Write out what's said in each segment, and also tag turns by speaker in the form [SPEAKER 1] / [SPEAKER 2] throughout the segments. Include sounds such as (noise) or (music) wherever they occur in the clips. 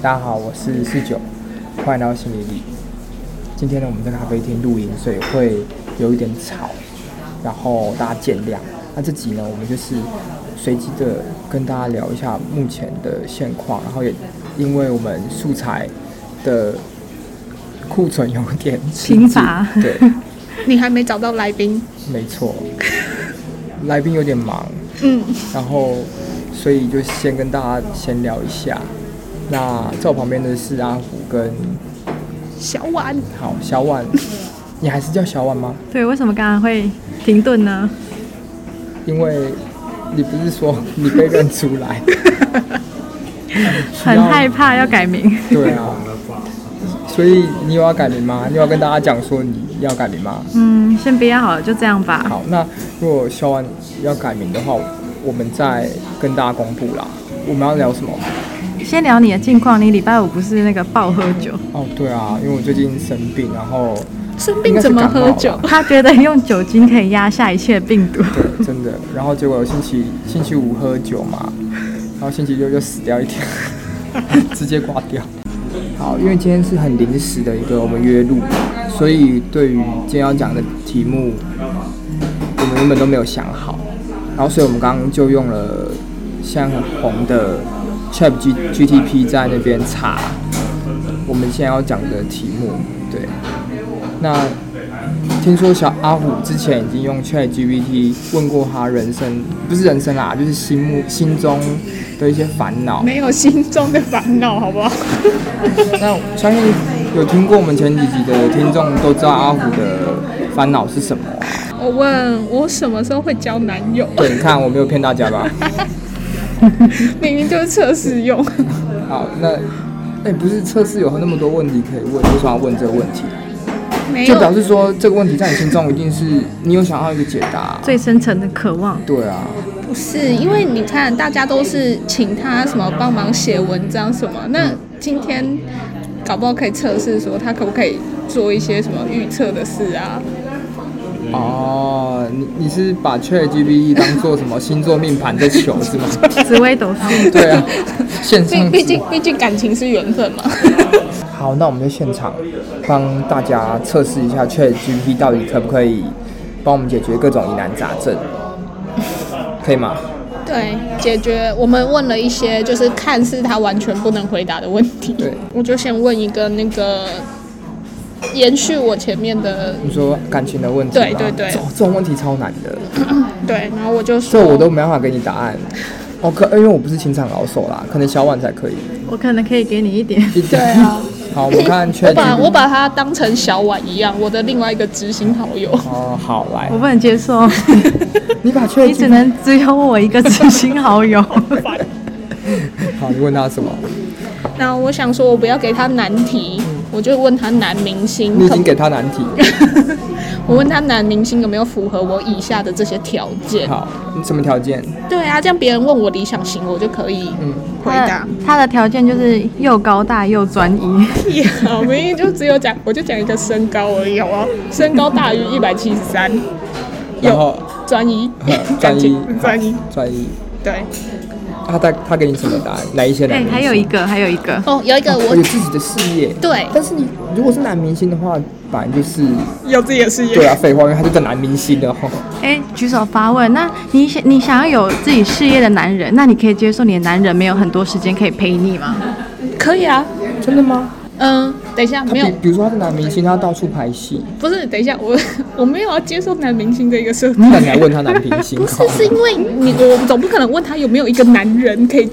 [SPEAKER 1] 大家好，我是四九，欢迎来到心理里。今天呢，我们在咖啡厅录音，所以会有一点吵，然后大家见谅。那这集呢，我们就是随机的跟大家聊一下目前的现况，然后也因为我们素材的库存有点吃
[SPEAKER 2] 贫
[SPEAKER 1] 紧
[SPEAKER 2] 乏
[SPEAKER 1] 对，
[SPEAKER 3] 你还没找到来宾，
[SPEAKER 1] 没错，来宾有点忙，
[SPEAKER 3] 嗯，
[SPEAKER 1] 然后所以就先跟大家闲聊一下。那在我旁边的是阿虎跟
[SPEAKER 3] 小婉，
[SPEAKER 1] 好小
[SPEAKER 2] (laughs)
[SPEAKER 1] 婉，你还是叫小婉吗？
[SPEAKER 2] 对，为什么刚刚会停顿呢？
[SPEAKER 1] 因为你不是说你被认出来，
[SPEAKER 2] 很害怕要改
[SPEAKER 3] (laughs)
[SPEAKER 2] 名，
[SPEAKER 1] 对啊，所以你有要改名吗？你有要跟大家讲说你要改名吗？
[SPEAKER 2] 嗯，先不要好了，就这样吧。
[SPEAKER 1] 好，那如果小婉要改名的话，我们再跟大家公布啦。我们要聊什么？
[SPEAKER 2] 先聊你的近况，你礼拜五不是那个暴喝
[SPEAKER 3] (laughs)
[SPEAKER 2] 酒，
[SPEAKER 1] 哦，对啊，因为我最近生病，然后
[SPEAKER 3] 生病怎么喝酒
[SPEAKER 1] 应？
[SPEAKER 2] 他觉得用酒精可以压下一切病
[SPEAKER 3] (laughs)
[SPEAKER 2] 毒，
[SPEAKER 1] 对， (laughs) 真的。然后结果星期星期五喝酒嘛，然后星期六就死掉一天， (laughs) 直接挂掉。好，因为今天是很临时的一个我们约录，所以对于今天要讲的题目，我们原本都没有想好，然后所以我们刚刚就用了现在很红的 Chat G G T P 在那边查我们现在要讲的题目，对，那听说小阿虎之前已经用 Chat GPT 问过他人生，不是人生啦，就是心目心中的一些烦恼。
[SPEAKER 3] 没有心中的烦恼，好不好？
[SPEAKER 1] 那我相信有听过我们前几集的听众都知道阿虎的烦恼是什么啊、
[SPEAKER 3] (laughs) 我问我什么时候会交男友？
[SPEAKER 1] 对，你看我没有骗大家
[SPEAKER 3] (laughs)
[SPEAKER 1] 吧？
[SPEAKER 3] 明明就是测试用。
[SPEAKER 1] 好，那哎、不是测试有那么多问题可以问，为什么要问这个问题？
[SPEAKER 3] (laughs) 没
[SPEAKER 1] 就表
[SPEAKER 3] 有，
[SPEAKER 1] 示说这个问题在你心中一定是你有想要一个解答。
[SPEAKER 2] 最深层的渴
[SPEAKER 3] (laughs)
[SPEAKER 2] 望。
[SPEAKER 1] 对啊，
[SPEAKER 3] 不是因为你看，大家都是请他什么帮忙写文章什么，
[SPEAKER 1] 嗯
[SPEAKER 3] 那今天搞不好可以测试说他可不可以做一些什么预测的事啊？
[SPEAKER 1] 哦，你你是把 Chat GPT 当做什么星座命盘在求是
[SPEAKER 3] (laughs)
[SPEAKER 1] 吗？
[SPEAKER 2] 紫微斗数，
[SPEAKER 1] 对啊，线
[SPEAKER 3] 毕
[SPEAKER 1] 上
[SPEAKER 3] 毕竟毕竟感情是缘分
[SPEAKER 1] (laughs)
[SPEAKER 3] 嘛。
[SPEAKER 1] 好，那我们就现场帮大家测试一下 Chat GPT 到底可不可以帮我们解决各种疑难杂
[SPEAKER 3] (laughs)
[SPEAKER 1] 症，可以吗？
[SPEAKER 3] 对，解决我们问了一些就是看似他完全不能回答的问题。
[SPEAKER 1] 对，
[SPEAKER 3] 我就先问一个那个延续我前面的，
[SPEAKER 1] 你说感情的问题吗，
[SPEAKER 3] 对对对
[SPEAKER 1] 这这种问题超难的，
[SPEAKER 3] 对，然后我就说
[SPEAKER 1] 这我都没办法给你答案。哦，可因为我不是情场老手啦，可能小婉才可以。
[SPEAKER 2] 我可能可以给你一点。
[SPEAKER 1] 对
[SPEAKER 3] 啊。
[SPEAKER 1] (laughs) 好，我们看
[SPEAKER 3] (laughs) 我
[SPEAKER 1] Chat
[SPEAKER 3] 把
[SPEAKER 1] GPT。
[SPEAKER 3] 我把他当成小婉一样，我的另外一个知心好友。
[SPEAKER 1] 哦，好来
[SPEAKER 2] 我，不能接
[SPEAKER 3] (laughs)
[SPEAKER 2] 受，
[SPEAKER 1] 你把
[SPEAKER 2] 你
[SPEAKER 1] Chat
[SPEAKER 2] 只
[SPEAKER 1] GPT
[SPEAKER 2] 能只有我一个知心好
[SPEAKER 3] (laughs)
[SPEAKER 2] 友。
[SPEAKER 1] (laughs) 好，你问他什么？
[SPEAKER 3] 然后我想说，我不要给他难题，我就问他男明星
[SPEAKER 1] 你已
[SPEAKER 3] 可
[SPEAKER 1] 经给他难
[SPEAKER 3] (laughs)
[SPEAKER 1] 题。
[SPEAKER 3] 我问他男明星有没有符合我以下的这些条件。
[SPEAKER 1] 好，你什么条件？
[SPEAKER 3] 对啊，这样别人问我理想型，我就可以
[SPEAKER 1] 嗯，
[SPEAKER 3] 回
[SPEAKER 2] 他
[SPEAKER 3] 答
[SPEAKER 2] 的。他的条件就是又高大又专
[SPEAKER 3] (laughs)
[SPEAKER 2] 一，
[SPEAKER 3] 屁啊！我明明就只有讲，我就讲一个身高而已，好不好？身高大于一百七十三，
[SPEAKER 1] 然后，
[SPEAKER 3] 专一
[SPEAKER 1] (laughs) 专
[SPEAKER 3] 感
[SPEAKER 1] 一
[SPEAKER 3] 情， (laughs) 专一，
[SPEAKER 1] 专一。
[SPEAKER 3] 对。
[SPEAKER 1] 他他他给你什么答案？哪一些男
[SPEAKER 2] 对，
[SPEAKER 3] 哎
[SPEAKER 1] 明星？
[SPEAKER 2] 哎还有一个，还有一个，
[SPEAKER 3] 哦，有一个
[SPEAKER 1] 哦
[SPEAKER 3] 我
[SPEAKER 1] 有自己的事业。
[SPEAKER 3] 对
[SPEAKER 1] 但是你如果是男明星的话，本来就是
[SPEAKER 3] 有自己的事业
[SPEAKER 1] 对啊，废话，因为他就叫男明星
[SPEAKER 3] (laughs)
[SPEAKER 1] 的话，
[SPEAKER 2] 哎，举手发问。那你想你想要有自己事业的男人，那你可以接受你的男人没有很多时间可以陪你吗？
[SPEAKER 3] 可以啊。
[SPEAKER 1] 真的吗？
[SPEAKER 3] 嗯，等一下，
[SPEAKER 1] 他
[SPEAKER 3] 没
[SPEAKER 1] 比
[SPEAKER 3] 有，
[SPEAKER 1] 比如说他是男明星，他到处拍
[SPEAKER 3] (laughs)
[SPEAKER 1] 戏，
[SPEAKER 3] 不是，等一下，我我没有要接受男明星的一个设定。
[SPEAKER 1] 那你还问他男明星？
[SPEAKER 3] 不是，是因为你我总不可能问他有没有一个男人可以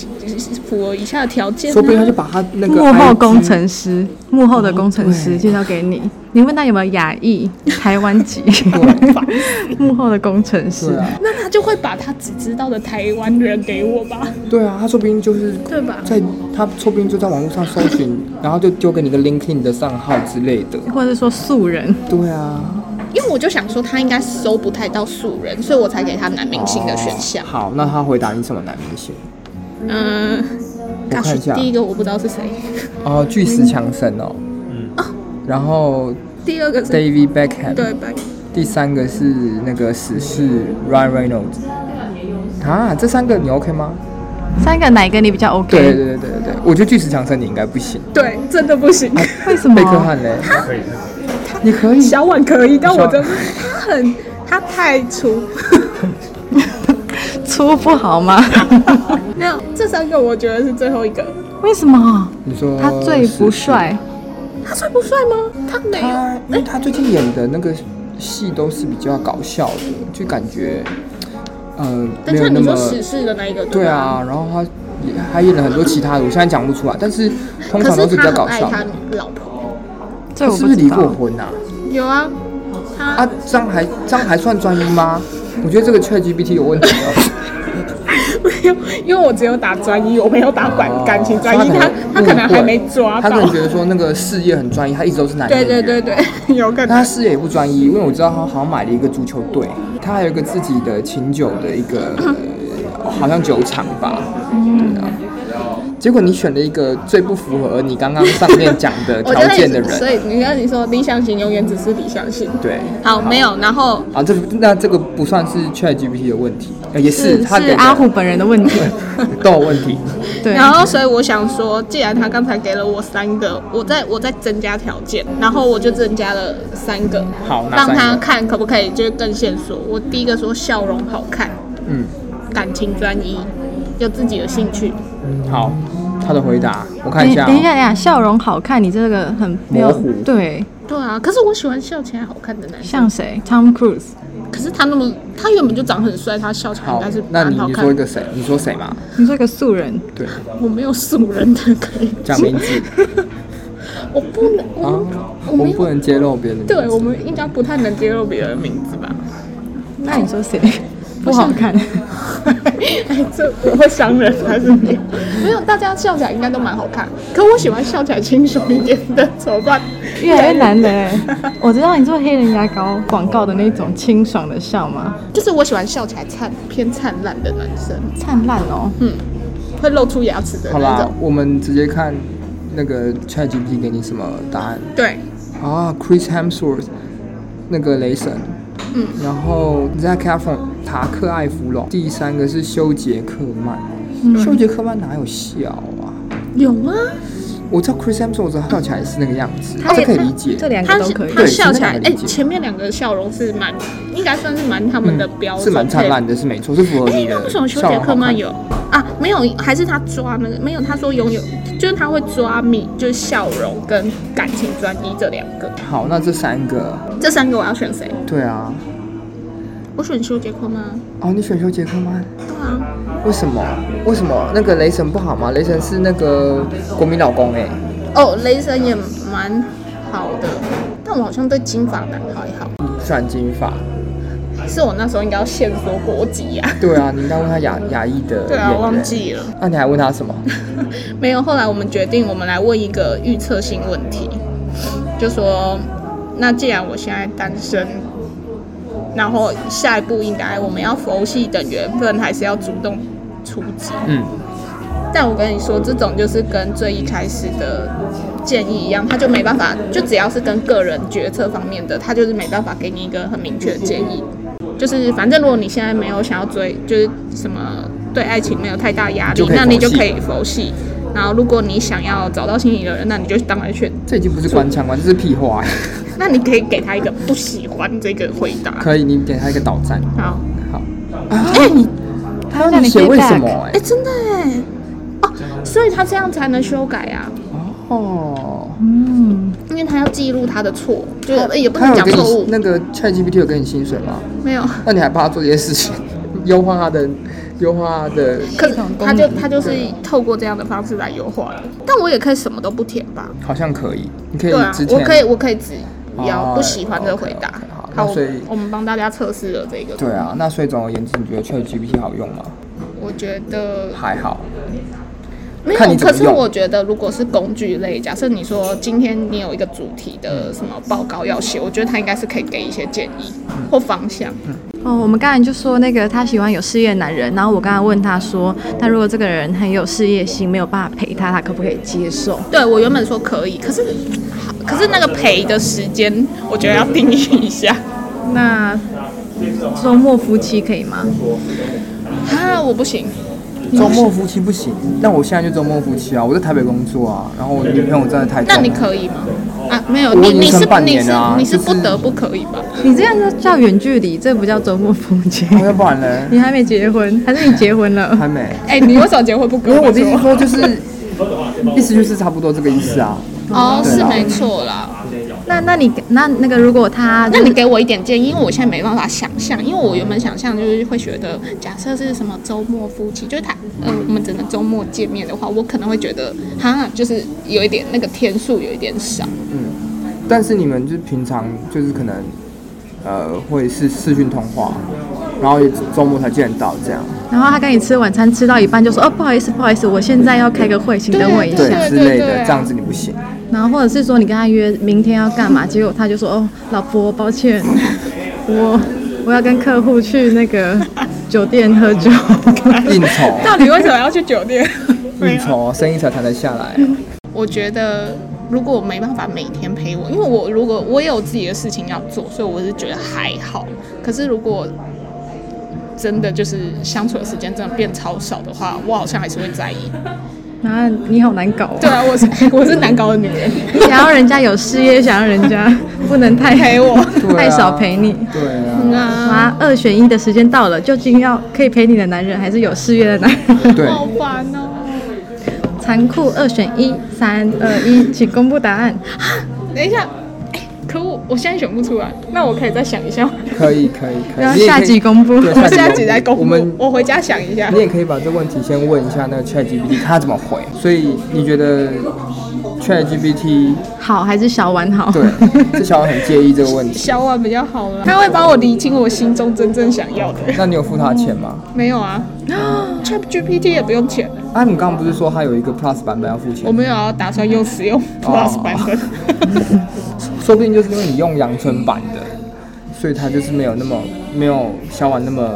[SPEAKER 3] 符合以下的条件、
[SPEAKER 1] (laughs)
[SPEAKER 3] 啊。
[SPEAKER 1] 说不定他就把他那个
[SPEAKER 2] 幕后
[SPEAKER 1] IG
[SPEAKER 2] 工程师，幕后的工程
[SPEAKER 1] 哦对
[SPEAKER 2] 师介绍给你。你问他有没有亚裔、台湾
[SPEAKER 1] (laughs)
[SPEAKER 2] 籍？幕后的工程
[SPEAKER 1] 对
[SPEAKER 2] 师，
[SPEAKER 1] 啊，
[SPEAKER 3] 那他就会把他只知道的台湾人给我吧，
[SPEAKER 1] 对啊，他说不定就是
[SPEAKER 3] 对吧？
[SPEAKER 1] 在他说不定就在网络上搜寻，然后就丢给你个 LinkedIn 的账号之类的。
[SPEAKER 2] 或者说素人，
[SPEAKER 1] 对啊，
[SPEAKER 3] 因为我就想说他应该搜不太到素人，所以我才给他男明星的选项
[SPEAKER 1] 哦。好，那他回答你什么男明星？
[SPEAKER 3] 嗯，
[SPEAKER 1] 我看一下
[SPEAKER 3] 第一个我不知道是谁，
[SPEAKER 1] 哦，巨石强森哦，然后
[SPEAKER 3] 第二个是
[SPEAKER 1] David Beckham，
[SPEAKER 3] 对吧？
[SPEAKER 1] 第三个是那个死侍 Ryan Reynolds。啊，这三个你 OK 吗？
[SPEAKER 2] 三个哪一个你比较 OK？
[SPEAKER 1] 对对对对对对，我觉得巨石强森你应该不行。
[SPEAKER 2] 哦
[SPEAKER 3] 对，真的不
[SPEAKER 1] 啊
[SPEAKER 3] 行。
[SPEAKER 2] 为什么？
[SPEAKER 1] 贝克汉嘞，你可以，
[SPEAKER 3] 小碗可以， (laughs) 但我真的他很他太粗。
[SPEAKER 2] 粗不好
[SPEAKER 1] (laughs)
[SPEAKER 2] 吗？
[SPEAKER 3] 没有，这三个我觉得是最后一个。
[SPEAKER 2] 为什么？
[SPEAKER 1] 你说
[SPEAKER 2] 他最不帅，
[SPEAKER 3] 他帅不帅吗？他没有。
[SPEAKER 1] 他因为他最近演的那个戏都是比较搞笑的，就感觉，嗯、
[SPEAKER 3] 等
[SPEAKER 1] 没
[SPEAKER 3] 一
[SPEAKER 1] 有
[SPEAKER 3] 下，
[SPEAKER 1] 那
[SPEAKER 3] 你
[SPEAKER 1] 么
[SPEAKER 3] 说时事的那一个
[SPEAKER 1] 对
[SPEAKER 3] 吧？
[SPEAKER 1] 啊。然后他也还演了很多其他的，我现在讲不出来，但是通
[SPEAKER 3] 可
[SPEAKER 1] 常
[SPEAKER 3] 是
[SPEAKER 1] 都比
[SPEAKER 3] 他
[SPEAKER 1] 较
[SPEAKER 3] 很
[SPEAKER 1] 搞
[SPEAKER 3] 爱
[SPEAKER 1] 笑。
[SPEAKER 3] 他老婆。
[SPEAKER 2] 这我
[SPEAKER 1] 是
[SPEAKER 2] 不
[SPEAKER 1] 不是
[SPEAKER 2] 知
[SPEAKER 1] 离
[SPEAKER 2] 道。
[SPEAKER 1] 过婚啊？
[SPEAKER 3] 有啊，
[SPEAKER 1] 啊
[SPEAKER 3] 他，
[SPEAKER 1] 这样还这样还算专一吗？我觉得这个 ChatGPT 有问题
[SPEAKER 3] (laughs)
[SPEAKER 1] 哦。
[SPEAKER 3] 没有，因为我只有打专一，我没有打感感情专一，
[SPEAKER 1] 哦
[SPEAKER 3] 他他可能还没
[SPEAKER 1] 误会
[SPEAKER 3] 抓
[SPEAKER 1] 他可
[SPEAKER 3] 到
[SPEAKER 1] 能。觉得说那个事业很专一，他一直都是男演
[SPEAKER 3] 对
[SPEAKER 1] 员。
[SPEAKER 3] 对对对， (laughs) 有可
[SPEAKER 1] 但
[SPEAKER 3] 能
[SPEAKER 1] 他。事业也不专一，因为我知道他好像买了一个足球队，他还有一个自己的琴酒的一个，呃好像酒厂吧。对啊。结果你选了一个最不符合你刚刚上面讲的
[SPEAKER 3] (laughs) 我
[SPEAKER 1] 条
[SPEAKER 3] 觉得
[SPEAKER 1] 件的
[SPEAKER 3] 你，所
[SPEAKER 1] 人。
[SPEAKER 3] 以你看你说理想型永远只是理想型。
[SPEAKER 1] 对。
[SPEAKER 3] 好，没有，然后
[SPEAKER 1] 啊，这那这个不算是 ChatGPT 的问题，呃也是他
[SPEAKER 2] 是
[SPEAKER 1] 给的 (laughs)
[SPEAKER 2] 阿虎本人的问题。
[SPEAKER 1] 都有问题。
[SPEAKER 2] 对，
[SPEAKER 3] 然后，所以我想说，既然他刚才给了我三个，我再我再增加条件，然后我就增加了三个，
[SPEAKER 1] 好，那
[SPEAKER 3] 让
[SPEAKER 1] 三
[SPEAKER 3] 他
[SPEAKER 1] 个
[SPEAKER 3] 看可不可以就是更线索。我第一个说笑容好看，
[SPEAKER 1] 嗯，
[SPEAKER 3] 感情专一，有自己的兴趣，
[SPEAKER 1] 好，他的回答我看
[SPEAKER 2] 等
[SPEAKER 1] 一
[SPEAKER 2] 一
[SPEAKER 1] 下、
[SPEAKER 2] 下，
[SPEAKER 1] 哦。
[SPEAKER 2] 等一下，等一下，笑容好看，你这个很没有
[SPEAKER 1] 模糊
[SPEAKER 2] 对，
[SPEAKER 3] 对啊，可是我喜欢笑起来好看的男生。
[SPEAKER 2] 像谁？Tom Cruise。
[SPEAKER 3] 可是他那么，他原本就长很帅，他笑起来应
[SPEAKER 1] 好
[SPEAKER 3] 该是，
[SPEAKER 1] 那
[SPEAKER 3] 蛮
[SPEAKER 1] 你
[SPEAKER 3] 好
[SPEAKER 1] 你
[SPEAKER 3] 看
[SPEAKER 1] 说一。个谁？你说谁嘛？
[SPEAKER 2] 你说一个素人，
[SPEAKER 1] 对，
[SPEAKER 3] 我没有素人的可以
[SPEAKER 1] 讲名字
[SPEAKER 3] 我不能，
[SPEAKER 1] 啊
[SPEAKER 3] 我，
[SPEAKER 1] 我
[SPEAKER 3] (laughs) 我没
[SPEAKER 1] 们不
[SPEAKER 3] 有，
[SPEAKER 1] 能揭露别人的名
[SPEAKER 3] 对
[SPEAKER 1] 字。
[SPEAKER 3] 我们应该不太能揭露别人的名字吧。
[SPEAKER 2] 那你说谁 (laughs) 不好看？
[SPEAKER 3] (laughs) 哎，这我会伤人还是你？没有，大家笑起来应该都蛮好看。可我喜欢笑起来清爽一点的，怎么办？
[SPEAKER 2] (laughs) 越来越难了哎！我知道你做黑人牙膏广告的那种清爽的笑吗？
[SPEAKER 3] 就是我喜欢笑起来灿偏灿烂的男生，
[SPEAKER 2] 灿烂哦，
[SPEAKER 3] 会露出牙齿的
[SPEAKER 1] 好
[SPEAKER 3] 那
[SPEAKER 1] 啦
[SPEAKER 3] 种。，
[SPEAKER 1] 我们直接看那个 ChatGPT 给你什么答案
[SPEAKER 3] 对，
[SPEAKER 1] 啊？Chris Hemsworth，那个雷神，嗯，然后 Zac Efron，塔克艾弗隆，第三个是修杰克曼，修杰克曼哪有笑啊？
[SPEAKER 3] 有吗？
[SPEAKER 1] 我知道 Chris Hemsworth 笑起来是那个样子，
[SPEAKER 2] 他
[SPEAKER 1] 这
[SPEAKER 2] 也
[SPEAKER 1] 可以理解。
[SPEAKER 2] 这两个
[SPEAKER 3] 他
[SPEAKER 2] 都
[SPEAKER 3] 是
[SPEAKER 2] 可以
[SPEAKER 3] 他。笑起来，
[SPEAKER 1] 对
[SPEAKER 3] 哎、
[SPEAKER 1] 其实很理解
[SPEAKER 3] 前面两个笑容是蛮，应该算是蛮他们的标
[SPEAKER 1] 嗯
[SPEAKER 3] 准，
[SPEAKER 1] 是蛮灿烂的，是没错，是符合
[SPEAKER 3] 可以。
[SPEAKER 1] 你
[SPEAKER 3] 哎，那
[SPEAKER 1] 的
[SPEAKER 3] 为什么休
[SPEAKER 1] 笑
[SPEAKER 3] 杰
[SPEAKER 1] 容好
[SPEAKER 3] 克曼
[SPEAKER 1] 看。
[SPEAKER 3] 有啊？没有，还是他抓那个？没有，他说拥有，就是他会抓米，就是笑容跟感情专一这两个。
[SPEAKER 1] 好，那这三个，
[SPEAKER 3] 这三个我要选谁？
[SPEAKER 1] 对啊，
[SPEAKER 3] 我选修杰克吗？
[SPEAKER 1] 哦，你选修杰克曼，
[SPEAKER 3] 对啊，
[SPEAKER 1] 为什么？为什么那个雷神不好吗？雷神是那个国民老公哎、
[SPEAKER 3] 哦，雷神也蛮好的，但我好像对金发男还好，
[SPEAKER 1] 染金发。
[SPEAKER 3] 是我那时候应该要限缩国籍 (laughs) 呀、
[SPEAKER 1] 对啊，你应该问他亚亚裔的
[SPEAKER 3] 对啊，
[SPEAKER 1] 演
[SPEAKER 3] 我忘
[SPEAKER 1] 员。
[SPEAKER 3] 记了。
[SPEAKER 1] 那、你还问他
[SPEAKER 3] (laughs)
[SPEAKER 1] 什么？
[SPEAKER 3] 没有，后来我们决定，我们来问一个预测性问题，就说，那既然我现在单身，然后下一步应该我们要佛系等缘分，还是要主动出击？
[SPEAKER 1] 嗯，
[SPEAKER 3] 但我跟你说，这种就是跟最一开始的建议一样，他就没办法，就只要是跟个人决策方面的，他就是没办法给你一个很明确的建议。就是反正如果你现在没有想要追，就是什么对爱情没有太大压
[SPEAKER 1] 就
[SPEAKER 3] 力，
[SPEAKER 1] 可以
[SPEAKER 3] 那你
[SPEAKER 1] 佛
[SPEAKER 3] 就
[SPEAKER 1] 系
[SPEAKER 3] 可以佛系。然后如果你想要找到心仪的人，那你就当然选，
[SPEAKER 1] 这已经不是官腔官，这是屁话、欸。
[SPEAKER 3] 那你可以给他一个不喜欢这个回答。
[SPEAKER 1] 可以，你给他一个导赞。
[SPEAKER 3] 好，
[SPEAKER 1] 好。啊，你
[SPEAKER 2] 他
[SPEAKER 1] 让
[SPEAKER 2] 让
[SPEAKER 1] 你
[SPEAKER 2] 你
[SPEAKER 1] 写
[SPEAKER 2] get
[SPEAKER 1] 为什么
[SPEAKER 2] back，
[SPEAKER 1] 哎、
[SPEAKER 3] 哎，真的哎，哦，所以他这样才能修改啊，
[SPEAKER 1] 哦，
[SPEAKER 2] 嗯，
[SPEAKER 3] 因为他要记录他的错，就是呃也不
[SPEAKER 1] 他
[SPEAKER 3] 能
[SPEAKER 1] 有
[SPEAKER 3] 讲
[SPEAKER 1] 给
[SPEAKER 3] 错
[SPEAKER 1] 你
[SPEAKER 3] 误，
[SPEAKER 1] 那个 ChatGPT 有给你薪水吗？
[SPEAKER 3] 没有。
[SPEAKER 1] 那你还帮他做这些事情，优化他的，优化他的。
[SPEAKER 3] 可是
[SPEAKER 2] 系统功能
[SPEAKER 3] 他就他就是透过这样的方式来优化的，但我也可以什么都不填
[SPEAKER 2] 嗯
[SPEAKER 3] 吧？
[SPEAKER 1] 好像可以，你可以
[SPEAKER 3] 对啊
[SPEAKER 1] 之，前，
[SPEAKER 3] 我可以我可以只
[SPEAKER 1] 哦
[SPEAKER 3] 要不喜欢的回答
[SPEAKER 1] OK，OK，好。
[SPEAKER 3] 好，
[SPEAKER 1] 那
[SPEAKER 3] 我
[SPEAKER 1] 所以
[SPEAKER 3] 我们帮大家测试了这个，
[SPEAKER 1] 对啊，那所以总而言之，你觉得 ChatGPT 好用吗？
[SPEAKER 3] 我觉得
[SPEAKER 1] 还好，
[SPEAKER 3] 没
[SPEAKER 1] 看你
[SPEAKER 3] 有。
[SPEAKER 1] 怎么
[SPEAKER 3] 可
[SPEAKER 1] 用
[SPEAKER 3] 是我觉得如果是工具类，假设你说今天你有一个主题的什么报告要写，我觉得他应该是可以给一些建议
[SPEAKER 1] 嗯
[SPEAKER 3] 或方向。
[SPEAKER 2] 哦，我们刚才就说那个他喜欢有事业男人，然后我刚才问他说，那如果这个人很有事业心，没有办法陪他，他可不可以接受？
[SPEAKER 3] 对我原本说可以，可是可是那个陪的时间，我觉得要定义一下。
[SPEAKER 2] 那周末夫妻可以吗？
[SPEAKER 1] 嗯
[SPEAKER 3] 啊，我不行，
[SPEAKER 1] 周末夫妻不行，但我现在就周末夫妻啊，我在台北工作啊，然后我女朋友在台中、啊。
[SPEAKER 3] 那你可以吗？啊，没有，
[SPEAKER 1] 我
[SPEAKER 3] 你
[SPEAKER 1] 已经
[SPEAKER 3] 你是
[SPEAKER 1] 撑半
[SPEAKER 3] 你
[SPEAKER 1] 年
[SPEAKER 3] 是
[SPEAKER 1] 了啊
[SPEAKER 3] 你是
[SPEAKER 1] 就
[SPEAKER 3] 不
[SPEAKER 1] 是
[SPEAKER 3] 得不可以吧？
[SPEAKER 2] 你这样子叫远距离，这不叫周末风景。
[SPEAKER 1] 啊要不然嘞，
[SPEAKER 2] 你还没结
[SPEAKER 1] (laughs)
[SPEAKER 2] 婚，还是你结婚了？
[SPEAKER 1] 还没。
[SPEAKER 3] 哎、你为什么结婚不跟
[SPEAKER 1] 因为我的意思
[SPEAKER 3] 说？
[SPEAKER 1] 说就是，意思就是差不多这个意思啊。
[SPEAKER 3] 哦，
[SPEAKER 1] 对
[SPEAKER 3] 是
[SPEAKER 1] 啦
[SPEAKER 3] 没错啦。
[SPEAKER 2] (laughs) 那那你那那个如果他
[SPEAKER 3] 那你给我一点建议，因为我现在没办法想象，因为我原本想象就是会觉得，假设是什么周末夫妻，就是他呃，我们只能周末见面的话，我可能会觉得哈，就是有一点那个天数有一点少。
[SPEAKER 1] 但是你们就是平常就是可能，呃，会是视讯通话，然后也周末才见到这样。
[SPEAKER 2] 然后他跟你吃晚餐吃到一半就说哦不好意思不好意思，我现在要开个会，请等我一
[SPEAKER 3] 对
[SPEAKER 2] 下。
[SPEAKER 1] 对之类
[SPEAKER 3] 对
[SPEAKER 1] 的
[SPEAKER 3] 啊，
[SPEAKER 1] 这样子你不行。
[SPEAKER 2] 然后或者是说你跟他约明天要干嘛，结果他就说哦老婆
[SPEAKER 1] (laughs)
[SPEAKER 2] 抱歉，我我要跟客户去那个酒店喝
[SPEAKER 1] (laughs)
[SPEAKER 2] 酒。
[SPEAKER 1] 应酬，
[SPEAKER 3] 到底为什么要去酒 (laughs) 店？
[SPEAKER 2] 啊
[SPEAKER 1] 应酬，生意才谈得下来啊。
[SPEAKER 2] 嗯
[SPEAKER 3] 我觉得如果我没办法每天陪我，因为我如果我也有自己的事情要做，所以我是觉得还好。可是如果真的就是相处的时间真的变超少的话，我好像还是会在
[SPEAKER 1] (laughs)
[SPEAKER 3] 意。
[SPEAKER 2] 然后你好难搞哦，
[SPEAKER 3] 对啊，我是我是难搞的女人，
[SPEAKER 2] 想要人家有事业，想要人家不能太
[SPEAKER 3] 陪我。
[SPEAKER 1] 对啊
[SPEAKER 2] (laughs) 太少陪你。
[SPEAKER 1] 对
[SPEAKER 2] 嗯
[SPEAKER 1] 啊，
[SPEAKER 2] 哇，二选一的时间到了，究竟要可以陪你的男人，还是有事业的男人？
[SPEAKER 1] (laughs) 对，
[SPEAKER 3] 好烦哦！ (laughs)
[SPEAKER 2] 残酷二选一，三二
[SPEAKER 1] (laughs)
[SPEAKER 2] 一，请公布答案。
[SPEAKER 3] 等一下，哎可我我现在选不出来，那我可以再想一下吗。
[SPEAKER 1] 可以可以可以。
[SPEAKER 2] 然后
[SPEAKER 1] 你也
[SPEAKER 2] 下
[SPEAKER 1] 可以
[SPEAKER 2] 集公布
[SPEAKER 1] 对
[SPEAKER 3] 我们下集再
[SPEAKER 1] 再
[SPEAKER 3] 公布。
[SPEAKER 1] 哎我们
[SPEAKER 3] 我回家想一下
[SPEAKER 1] 你。也可以把这问题先问一下那个 ChatGPT，他怎么回。所以你觉得 ChatGPT
[SPEAKER 2] 好还是小玩好？
[SPEAKER 1] 对，
[SPEAKER 2] (laughs)
[SPEAKER 1] 这小孩很介意这个问题。
[SPEAKER 3] 小婉比较好啦，他会帮我理清我心中真正想要的。
[SPEAKER 1] 那你有付他钱吗？
[SPEAKER 3] 没有啊 (gasps) ，Chat GPT 也不用钱，
[SPEAKER 1] 啊，你刚刚不是说他有一个 Plus 版本要付
[SPEAKER 3] 我
[SPEAKER 1] 钱？
[SPEAKER 3] 没有要打算用使用 Plus 版本。
[SPEAKER 1] 说不定就是因为你用阳春版的，所以他就是没有那么没有小婉那么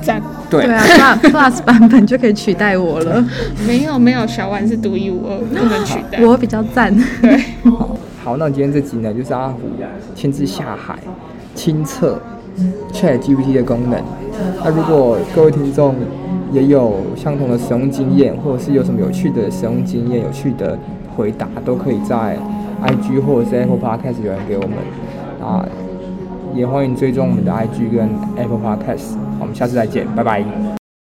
[SPEAKER 3] 赞、
[SPEAKER 1] 对。
[SPEAKER 2] 对啊，Plus Plus 版本就可以取代我了，
[SPEAKER 3] 没有没有，小婉是独一无二，不能取代。
[SPEAKER 2] 我比较赞。
[SPEAKER 3] 对，
[SPEAKER 1] 好，那我们今天这集呢，就是阿虎亲自下海亲测 Chat GPT 的功能。那如果各位听众也有相同的使用经验，或者是有什么有趣的使用经验、有趣的回答，都可以在 IG 或者是 Apple Podcast 留言给我们。啊，也欢迎追踪我们的 IG 跟 Apple Podcast。我们下次再见，拜拜。